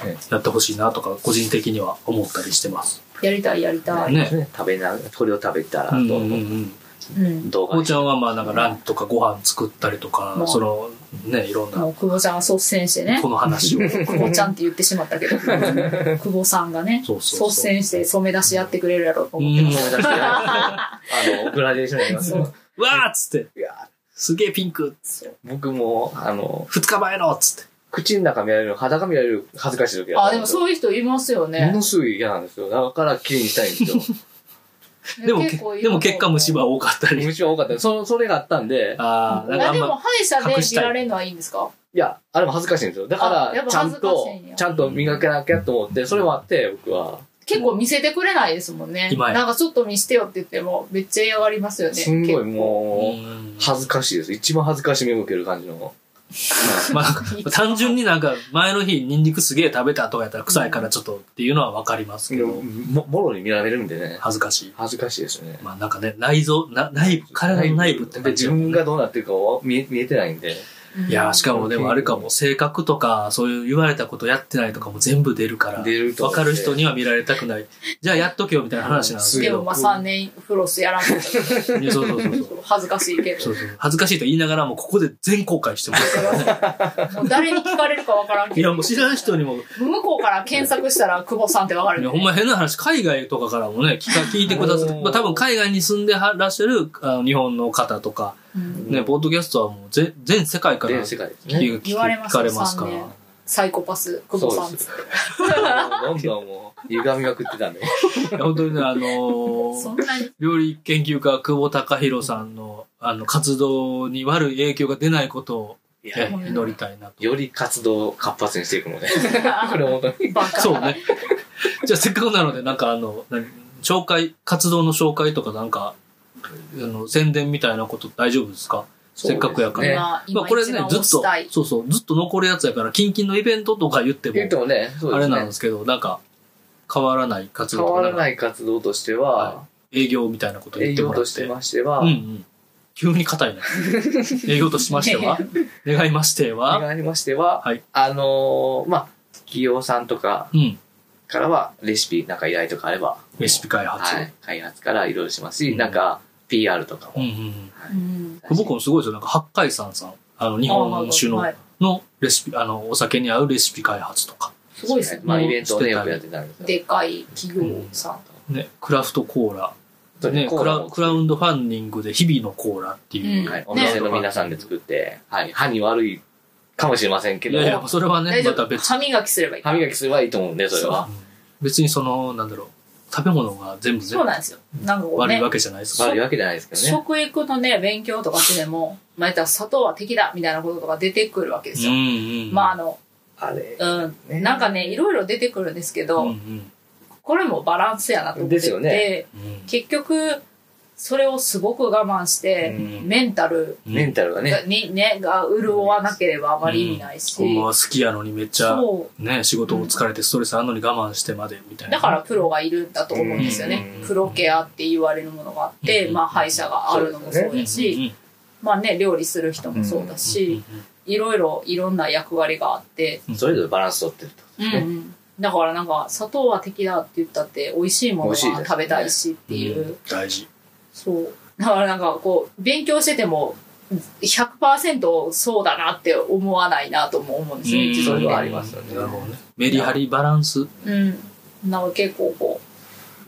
S4: ね
S3: やってほしいなとか、個人的には思ったりしてます。
S2: やりたいやりたい。
S3: ね
S4: ね食べな、これを食べたら
S3: う
S4: ど
S3: ん
S4: う
S3: うんうん。
S2: うん。
S4: 動
S3: こ
S4: 画
S3: うちゃんはまあなんかランチとかご飯作ったりとか
S2: う、ん
S3: そのね、いろんな
S2: も、う久保ちゃんは率先してね
S3: こ。の話を。
S2: *laughs* 久保ちゃんって言ってしまった
S3: *laughs*
S2: けど、久保さんがね、
S3: そうそうそう
S2: 率先して染め出しやってくれるやろうと思ってます。
S4: 出して *laughs* あの、グラデーションやりますよ。
S3: わーっつって、
S4: いや、
S3: すげえピンク、
S4: 僕も、あの、
S3: 二日前のっつって。
S4: 口の中見られる、裸見られる恥ずかしい時
S2: あ、でも
S4: う
S2: そういう人いますよね。
S4: ものすごい嫌なんですよ。だから綺麗にしたいんですよ。
S2: *laughs*
S3: でも、
S2: 結構いる
S3: でも結果虫
S2: い
S3: 歯多かったり。
S4: 虫は多かった。そそれがあったんで、
S3: ああ、なんか
S2: や
S3: あん
S2: でも
S3: ま、
S2: 歯医者で見られるのはいいんですか
S4: いや、あれも恥ずかしいんですよ。だか
S2: あやっ
S4: ら、
S2: ぱ
S4: ちゃんと
S2: 恥ずかしいん、や
S4: ちゃんと磨けなきゃと思って、それもあって、僕は。
S2: 結構見せてくれないですもんね。
S3: 今や
S2: なんかちょっと見してよって言っても、めっちゃ嫌がりますよね。
S4: すんごい
S2: 結構
S4: もう、
S2: *laughs*
S3: うん
S4: 恥ずかしいです。一番恥ずかしみを受ける感じの。
S3: まあなんか、単純になんか、前の日ニンニクすげえ食べたとかやったら臭いからちょっとっていうのはわかりますけ
S4: でも
S3: ど、
S4: も、もろに見られるんでね、
S3: 恥ずかしい。
S4: 恥ずかしいですよね。
S3: まあなんかね、内臓、な内部、体の内部って
S4: で
S3: 感じ
S4: 自分がどうなってるかは見え見えてないんで。
S3: いやーしかもでもあれかも、性格とか、そういう言われたことやってないとかも全部出るから、
S4: 出ると
S3: わかる人には見られたくない。じゃあやっとけよみたいな話なんですけ
S2: で
S3: ど
S2: も、まあ3年フロスやらんかったか
S3: いやそうそうそうそう
S2: ら。恥ずかしいけど
S3: そうそう。恥ずかしいと言いながらも、ここで全公開してますからね。
S2: もう誰に聞かれるかわからん
S3: い
S2: け
S3: や、
S2: ど
S3: もう知らん人にも、い
S2: 向こうから検索したら久保さんってわかる
S3: や、
S2: よ
S3: ほん
S2: ね
S3: ま変な話、海外とかからもね、聞か聞いてくださって、
S4: おー
S3: まあ多分海外に住んではらっしゃるあの日本の方とか、
S2: うん
S3: ね、ポッドキャストはもう全全世界から
S4: 全
S3: 聞
S4: 世界ですね。
S3: 聞
S2: 言われま
S3: 聞
S2: す
S3: か
S2: よ
S3: れますか
S2: 3
S3: ら
S2: 年。サイコパス久保さんっつって
S4: どんどんもう、歪みまくっ
S3: *laughs*
S4: てたんで。
S3: いや本当にね、あの
S2: *laughs* そ
S3: ー
S2: んなに
S3: 料理研究家、久保孝弘さんの、あの、活動に悪い影響が出ないことを、
S4: いや
S3: ね、祈りたいなと。
S4: より活動を活発にしていくの
S3: *laughs*
S4: で。これ本当に。
S2: バカ
S3: そう
S4: *laughs*
S3: ね。じゃあせっかくなので、なんかあの、何紹介、活動の紹介とかなんか、あの、宣伝みたいなこと大丈夫ですかせっかくやから。
S4: ね
S2: 今
S3: まあ
S2: 今
S3: これ
S2: 一
S3: ね
S2: 番、
S3: ずっ
S2: 推し
S3: と
S2: たい、
S3: そうそう、ずっと残るやつやから、近々のイベントとか言っても、
S4: 言ってもね、そう
S3: あ
S4: で
S3: れ
S4: す
S3: なん
S4: ね
S3: で。すけど、なんか、変わらない活動
S4: 変
S3: とか
S4: わら
S3: なんか
S4: ない活動としては、
S3: 営業みたいなこと言
S4: 営
S3: っても
S4: 業
S3: ら
S4: と
S3: っ
S4: して
S3: て。
S4: ましては
S3: うんう、ん。急に
S2: *laughs*
S3: 硬いな。営業としましては、願いまして
S4: あ
S3: は、
S4: がありましては
S3: はい、
S4: あのー、まあ、企業さんとか
S3: うん。
S4: からは、レシピ、なんか依頼とかあれば、
S3: レシピ開発。
S4: はい、開発からいろいろします
S3: う
S4: し、
S3: ん
S4: なんか、PR とか
S3: うんう
S4: も。
S3: ん
S2: うん
S3: うん。僕もすごいですよ。なんか、八海山さん、あの、日本酒の
S2: あはい
S3: のレシピ、あの、お酒に合うレシピ開発とか、
S2: すごいですね
S4: まあ、
S3: もう
S4: イベントをね、
S3: して
S4: よ
S3: たり
S4: くやってたんですよ
S2: でかい企業さ
S3: ね、クラフトコーラ、
S4: そう
S3: ね、
S4: コ
S3: ク
S4: ーラ
S3: ラ
S4: も
S3: クラウンドファンディングで日々のコーラっていう。
S2: うん
S4: はい、お店の皆さんで作って、はい、歯に悪いかもしれませんけ
S3: い
S4: ど
S3: やい、や、それは
S2: ん
S3: ね
S2: 大、丈
S3: また
S2: 夫
S3: 別
S2: 歯磨きすればいい
S4: 歯磨きすればいいと思うんで、それは。
S3: うん別にその、なんだろう、食べ物が全部全
S2: そう
S3: 部
S2: なんですよなんかこう
S3: 悪い
S2: ね
S3: わけじゃないですか
S4: 悪いわけじゃないですけどね。
S2: 食育のね勉強とかしてでもまあ言ったら砂糖は敵だみたいなこととか出てくるわけです
S3: う
S2: よ
S3: んうん
S2: まああの
S4: あれ。
S2: う
S4: ね
S2: んなんかねいろいろ出てくるんですけ
S3: うんう
S2: ど
S3: ん
S2: これもバランスやなと思っ
S4: です
S2: て
S4: よ
S2: て
S4: ね
S3: うん
S2: 結局それをすごく我慢して
S3: うん
S2: メンタル
S3: うん
S4: メンタルがね、
S2: にねが潤わなければあまり意味ないし
S3: ほんまは好きやのにめっちゃ、
S2: そう
S3: ね、仕事も疲れてストレスあんのに我慢してまでみたいな。
S2: だからプロがいるんだと思うんですよね
S4: うん。
S2: プロケアって言われるものがあって、
S3: うん
S2: まあ歯医者があるのもそう
S3: うん、
S2: だし、まあね、料理する人もそうだ
S3: うんう
S2: し
S3: ん、うん
S2: いろいろいろんな役割があって、
S4: それぞれバランス取ってると。
S2: うんだからなんか砂糖は敵だって言ったって美味しいものが食べたいしっていうう、
S3: ん大事。
S2: そう。だからなんかこう、勉強してても、100%そうだなって思わないなとも思うんですね、自
S4: そ
S2: 分
S4: れはあ
S2: で。
S4: りますよね
S3: なるほどね。メリハリバランス。
S2: うん。なんか結構こ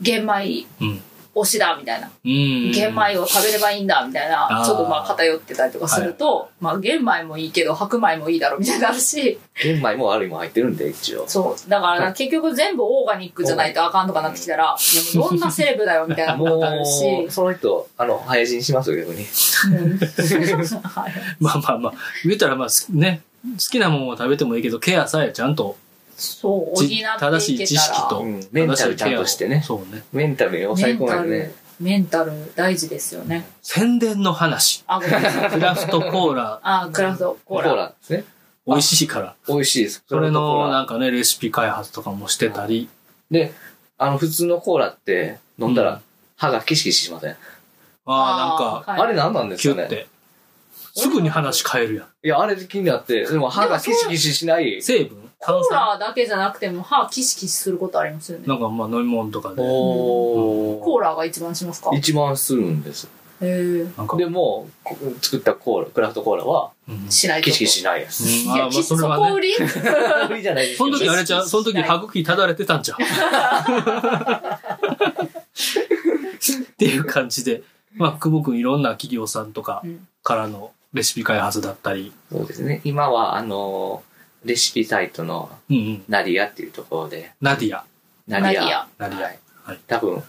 S2: う、玄米
S3: うん。
S2: 推しだみたいな。
S3: うん。
S2: 玄米を食べればいいんだみたい
S3: あ
S2: な
S3: ー
S2: ちょっとまあ偏ってたりとかすると、まあ、玄米もいいけど白米もいいだろうみたいになるし
S4: 玄米も悪いも入ってるんで、一
S2: *laughs*
S4: 応。
S2: そうだからな結局全部オーガニックじゃないとあかんとかなってきた
S3: *laughs*
S2: らでもどんなセレブだよみたいなことになるし
S4: もう、その人、あの、早死にしますよ、逆に。
S2: うん *laughs* はい
S3: まあまあまあ、言うたらまあ、すね、好きなもんを食べてもいいけど、ケアさえちゃんと、
S2: そう補ってい
S3: じ
S2: けたら
S3: 正しい知識と
S4: うん、メンタルちゃんとしてね。
S3: そうね。
S4: メンタルを
S2: メ
S4: 最
S2: ン
S4: 高
S2: タ
S4: なん
S2: ル、
S4: でね。
S2: メンタル大事ですよね
S3: 宣伝の話。
S2: あごめんなさい
S3: クラフトコーラ、
S2: あクラフトコ
S4: コ
S2: ーラ
S4: ーラですね。
S3: 美味しいから。
S4: 美味しいです。
S3: それ
S4: コー
S3: の、
S4: ラ
S3: なんかね、レシピ開発とかもしてたり。
S4: で、あの、普通のコーラって飲んだ
S3: うん
S4: ら歯がキシキシしません。
S3: ああ、なんか、
S2: はい
S4: あれ何なんです
S3: キュ
S4: か
S3: っ
S4: ね
S3: て。すぐに話変えるやん。
S4: いや、あれ気になって、でも歯がキシキシしない。
S3: 成分炭
S2: コーラ
S3: 酸
S2: だけじゃなくても歯キシキシすることありますよね
S3: なんかまあ飲み物とかで。
S4: お
S2: コー
S4: ラ
S2: ラが一番しますかへ
S4: 一番するんです。
S2: え
S3: なんか、
S4: でも、こ作ったコーラ、クラフトコーラは、
S3: うん
S2: しないと
S4: キシキシしないです。
S3: うん
S2: いや
S3: ああ、まあ
S2: き
S3: それは
S2: そこ
S3: ね。 *laughs*
S2: 売り
S4: 無理じゃないです
S3: そ
S4: け
S3: の
S4: ど
S3: 時あれちゃう、その時歯茎ただれてたんちゃうっていう感じで、まあ、久保くんいろんな企業さんとか
S2: うん
S3: からのレシピ開発だったり、
S4: そうですね。今は、あの、レシピサイトの
S3: うんうん、
S4: ナディアっていうところで、
S3: ナディア、
S4: ナディア。
S2: ナディア
S3: ナディア。
S4: はい
S3: はい
S4: 多分、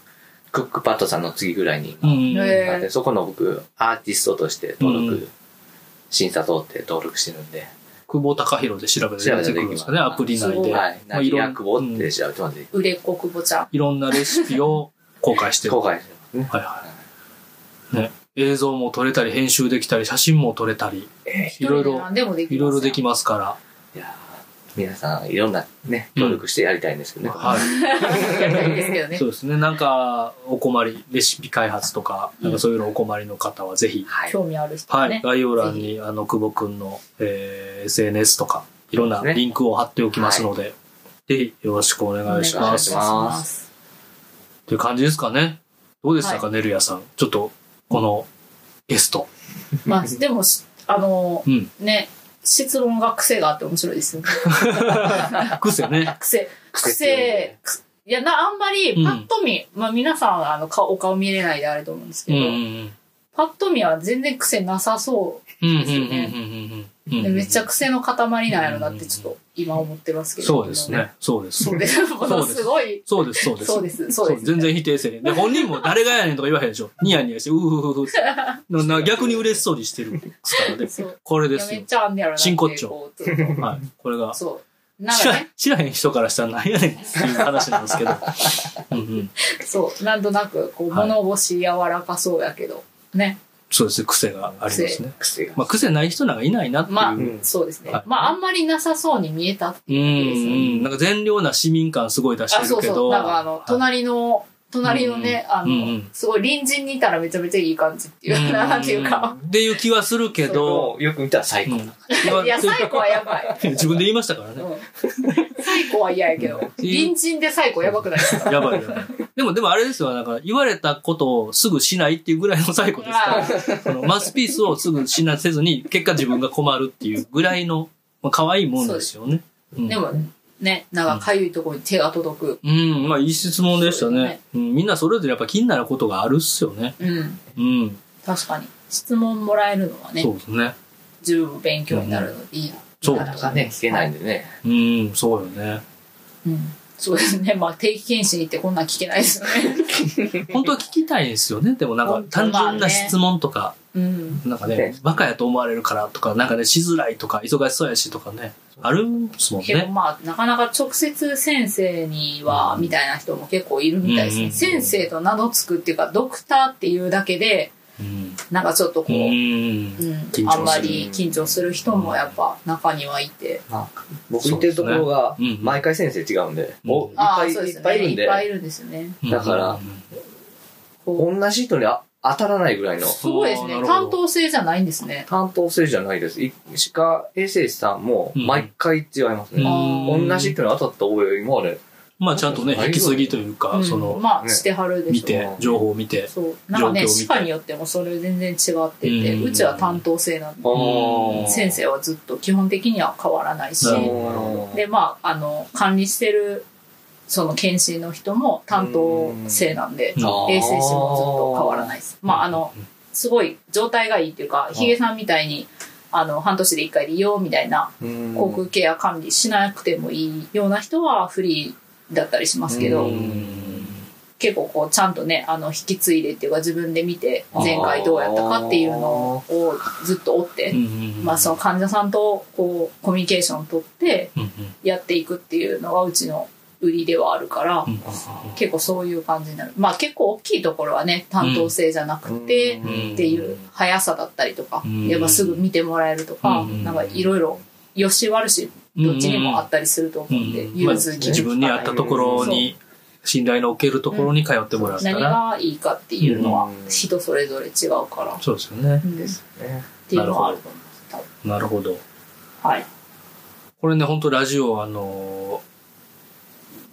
S4: クックパッドさんの次ぐらいに、
S3: うんうん、
S2: へえ
S4: なんでそこの僕、アーティストとして登録、審査通って登録してるんで、
S3: 久保隆弘で調べて
S4: 調べ
S3: 出て
S4: た
S3: く
S4: ら
S3: る
S4: でき
S3: ん
S4: ま
S3: です
S4: す
S3: かね、アプリ
S2: す
S3: 内
S2: ご
S3: で。
S4: はい。
S3: まあ
S4: ナデ
S3: い
S4: ィ
S3: ろ
S4: ア
S3: ん
S4: クボっ
S3: うん
S4: て調べてもらって、
S2: 売れっ子久保ちゃん
S3: いろんなレシピを公開してる。
S4: 後
S3: は
S4: 悔してますね。
S3: いはい。ね、映像も撮れたり、編集できたり、写真も撮れたり、いろい
S2: 一人で
S3: ろ
S2: 何、でもできます
S3: いろいろできますか
S4: いやー皆さんいろんなね、協力してやりたいんですけどね。
S3: ら。はい。
S2: ます。やりたいんですけどね
S3: そ。うですね。なんか、お困り、レシピ開発とか、なんかそういうのお困りの方はぜひ、
S4: はい。
S2: 興味ある人
S3: は、
S2: はいね。
S3: 概要欄に、あの、久保くんの、えー SNS とか、いろんな
S4: そうですね
S3: リンクを貼っておきますので、ぜひよろしくお願いし
S4: お願
S3: ま
S4: いし
S3: す。
S4: ま
S2: す。
S3: という感じですかね。どうでしたか、ねるやさん。ちょっと、この、ゲスト。
S2: まあ、でもし、あの *laughs*
S3: う、ん。
S2: ね、質問が癖があって面白いですよね。
S3: 癖ね。
S2: 癖、
S4: 癖
S2: 癖、くいや、な、あんま
S3: う
S2: り、
S3: ん
S2: パッと見、まあ皆さん、あの、顔、お顔見れないであれと思うんです
S3: う
S2: け
S3: んう
S2: ど、
S3: んうん。
S2: パッと見は全然癖なさそ
S3: うんうん
S2: ですよね
S3: うんうんうん
S2: う。
S3: う
S2: で
S3: ん。
S2: めっちゃ癖の塊なんやろなって、ちょっと今思ってますけど。
S3: そうですね。。そうです。
S2: そうです。ものすごい。
S3: そうです、そうです
S2: そう。です。そうです。
S3: 全然否定せえへん。で、本人も誰がやねんとか言わへんでしょ。ニヤニヤして、うーふふふって。なな逆に嬉しそうにしてるんですからね。
S2: そう。
S3: これ
S2: い
S3: で
S2: や、
S3: す
S2: めっ
S3: よ。
S2: ちゃあんねやろなってい
S3: 真
S2: う。
S3: 骨頂
S2: こうちょっと
S3: はい。これが、
S2: そう。なん
S3: 知
S2: からね、
S3: *laughs* 知らへん人からしたらなんやねんっていう話なんですけど。うんうん。
S2: そう、なんとなく、こう、
S3: はい
S2: 物腰柔らかそうやけど、ね。
S3: そうですね、癖がありますね。
S4: 癖が。
S3: まあ、癖ない人なんかいないなっていう。
S2: まあ
S3: う
S4: うんん
S2: そうですね。
S3: はい
S2: まあ、あんまりなさそうに見えた。あ、
S3: うん。なんか善良な市民感すごい出して
S2: そ
S3: る
S2: う
S3: け
S2: そう。
S3: ど。
S2: なんかあの、隣の、隣のね、あ
S3: うんう
S2: の
S3: ん、
S2: すごい隣人にいたらめちゃめちゃいい感じっていうう、
S3: ん
S2: なんていうか。。
S3: っていう気はするけど。
S4: よく見たら最
S3: う
S4: 高。
S3: ん
S2: いや、サイコはやばい。
S3: *laughs* 自分で言いましたからね。
S2: うんサイコは嫌やけど、隣人でサイコやばくないですか
S3: やばいやばい。でも、でもあれですよ。なんか、言われたことをすぐしないっていうぐらいの最後ですから、このマスピースをすぐしなせずに、結果自分が困るっていうぐらいの、まあ、可愛いもんですよね。うん
S2: でもね、なんかかゆいところに手が届く。
S3: うん、まあいい質問でした
S2: そう
S3: ね
S2: ですね
S3: うん。みんなそれぞれやっぱ気になることがあるっすよね。
S2: うん、
S3: うん。
S2: 確かに。質問もらえるのはね
S3: そ、うですね。
S2: 十分勉強になるのでいいな。
S3: そう
S4: なかなかね、聞けないんでね。
S3: うん、そうよ
S2: *laughs*
S3: ね。
S2: うんそうですね。まあ、定期検診行ってこんなん聞けないですよね。
S3: 本当は聞きたいんですよね。でもなんか単純な質問とか、
S2: うん。
S3: なんか
S4: ね
S3: ね、バカやと思われるからとか、なんかね、しづらいとか、忙しそうやしとかね、あるんですもん
S2: けど、
S3: ね。
S2: まあ、なかなか直接先生には、みたいな人も結構いるみたいですね。
S3: うん
S2: 先生と名の付くっていうか、ドクターっていうだけで、
S3: うん。
S2: なんかちょっとこう、うん
S3: ん緊張する
S2: あんまり緊張する人もやっぱ中にはいて。
S4: 僕行ってるところが
S3: そうですねう、ん
S4: 毎回先生違うんで、
S3: うん
S4: おいっ
S2: あ
S4: ぱ
S2: あ、
S4: い
S2: そうで
S4: い
S2: す
S4: っ
S2: よ
S4: ぱ
S2: ね。
S4: いいる
S2: いっ
S4: ん
S2: ぱいい
S4: で、
S2: るんですよね。
S4: だから
S2: こう
S4: 同じ人にあ当たらないぐらいの
S2: すごいです
S3: あー
S2: ね
S3: な。るほど
S2: 担当性じゃないんですね。
S4: 担当性じゃないです。い歯科衛生士さんも
S3: うん
S4: 毎回違いますね。
S2: う
S4: 同じ人に当たった覚えが今まで。
S3: まあちゃんとね、引き継ぎというか、
S2: うん
S3: その、
S2: まあ、
S4: ね
S2: してはるでし
S3: 見
S2: ょう
S3: て、情報を見て。
S2: そう。なんかね、
S3: 状況を見て
S2: 歯科によってもそれ全然違ってて、
S3: うん
S2: うちは担当性なんで、
S3: ー
S2: 先生はずっと基本的には変わらないし、
S3: なるほ
S2: で、まあ、あの、管理してる、その検診の人も担当性なんで、
S3: うん
S4: あー
S2: 衛生士もずっと変わらないです。まあ、あの、すごい状態がいいっていうか、ヒゲさんみたいに、あの、半年で一回でいいよ、みたいな、
S4: うん
S2: 航空ケア管理しなくてもいいような人はフリーだったりしますけど、
S4: うん
S2: 結構こうちゃんとねあの引き継いでっていうか自分で見て
S4: あー
S2: 前回どうやったかっていうのをずっと追って、まあ、その患者さんとこうコミュニケーション取って
S3: うんうん
S2: やっていくっていうのがうちの売りではあるから、
S3: うん
S2: 結構そういう感じになるまあ結構大きいところはね担当性じゃなくて
S4: うん
S2: っていう速さだったりとか、
S3: うん
S2: やっぱすぐ見てもらえるとか、
S3: うん
S2: なんかいろいろ良し悪しどっちにもあったりすると思うんで、
S3: うんまあ
S2: 融通き
S3: 自分に合ったところに、信頼の置けるところに通ってもらった
S2: 何
S3: ら、
S2: がいいかっていうのは
S4: うん
S2: 人それぞれ違うから、
S3: そうですよね。
S2: うんっ
S4: ね
S2: ていうのはあると思います多分
S3: なるほど。
S2: はい
S3: これね、本当ラジオ、あの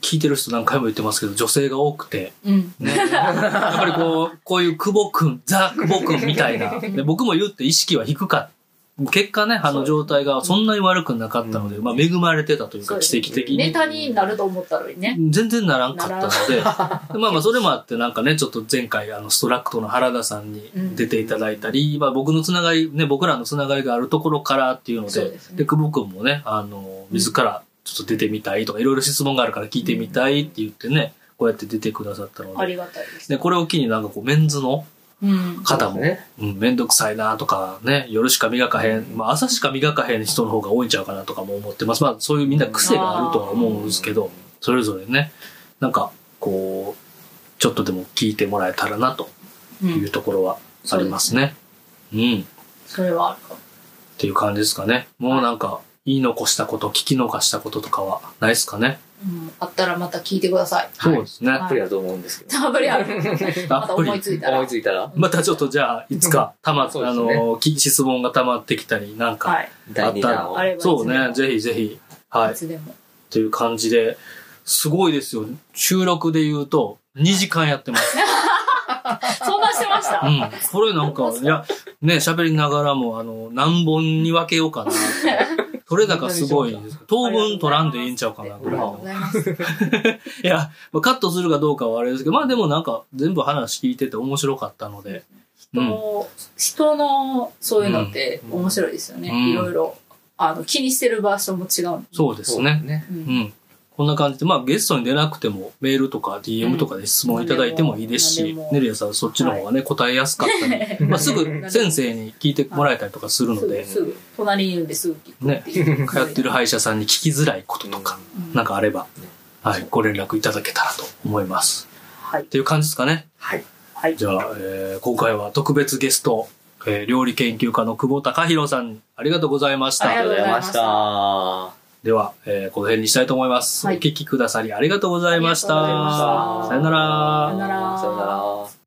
S3: ー聞いてる人何回も言ってますけど、女性が多くて、
S2: うん
S3: やっぱりこう、こういう久保くん、ザ・久保くんみたいな。で僕も言って意識は低かった。結果ね、あの状態がそんなに悪くなかったので、
S4: うん
S3: まあ恵まれてたというか、
S2: そうです
S3: 奇
S2: ね
S3: 跡的に。
S2: ネタになると思ったのにね
S3: 全然ならんかったので、でまあまあそれもあってなんかね、ちょっと前回あのストラクトの原田さんに出ていただいたり、まあ僕のつながり、ね、僕らのつながりがあるところからっていうの
S2: そう
S3: で、
S2: ですね
S3: で、久保くんもね、あの、自らちょっと出てみたいとか、いろいろ質問があるから聞いてみたいって言ってね、こうやって出てくださったの
S2: あ
S3: で、
S2: りがたいです
S3: で、これを機になんかこうメンズの
S2: うん
S3: 方
S4: そう
S3: も、
S4: ですね
S3: うん、めんどくさいなとかね、夜しか磨かへん、まあ朝しか磨かへん人の方が多いんちゃうかなとかも思ってます。まあそういうみんな癖があるとは思うんですけど、それぞれね、なんかこう、ちょっとでも聞いてもらえたらなと
S2: う
S3: いうんところはありますね。うん。っ
S2: それはあるかも。
S3: ていう感じですかね。もうなんか、言い残したこと、聞き逃したこととかはないですかね。
S2: うん、あったらまた聞いてください。
S3: そうですね。
S4: アプリだと思うんですけど。
S2: たぶりある。また思いついたら。
S4: 思いついたら
S3: またちょっとじゃあ、いつか、たま、
S4: そうで
S3: あ
S4: すね
S3: の、き質問が溜まってきたり、なんか、
S2: はい。
S4: 第2弾を
S2: あ。ればいつでも
S3: そうね、ぜひぜひ、はい
S2: い。つでも。
S3: という感じで、すごいですよ。収録で言うと、2時間やってます。
S2: そんなしてました、 *laughs*
S3: うん。これなん *laughs* か、いや、ね、喋りながらも、あの、何本に分けようかな。取れ高すごいです。当分取らんでいいんちゃうかな、ぐ
S2: あり
S3: らい
S2: がとう
S3: の
S2: ご。ざいます。
S3: いや、まあカットするかどうかはあれですけど、まあでもなんか、全部話聞いてて面白かったので。う
S2: 人
S3: ん。
S2: の人のそういうのって面白いですよね。
S3: うん
S2: いろいろ。あの、気にしてる場所も違う。
S3: そうですね。
S4: ね。
S2: うん
S3: うん。こんな感じで、まあゲストに出なくても、メールとか DM とかで質問いただいてもいいです
S2: 何で
S3: し
S2: も、
S3: ネリアさんそっちの方がね、答えやすかったり、 *laughs*
S2: ね
S3: まあすぐ先生に聞いてもらえたりとかするの
S2: すぐ、
S3: で、
S2: すぐ、隣にいるんですぐ聞く
S3: ね、
S2: っていう。
S3: 通ってる歯医者さんに聞きづらいこととか、
S2: うん
S3: なんかあれば、はい、ご連絡いただけたらと思います。
S2: はい
S3: っ。ていう感じですかね。
S4: はい。
S2: はい。
S3: じゃあ、えー今回は特別ゲスト、えー料理研究家の久保孝弘さんにありがとうございまし
S2: あり
S3: た
S2: が。とうございました
S4: あ
S3: では、えーこの辺にしたいと思います。
S2: はい
S3: お聞きくださりありがとうございました。
S2: ありがとうございました
S3: さよなら
S2: さよなら
S4: さよなら。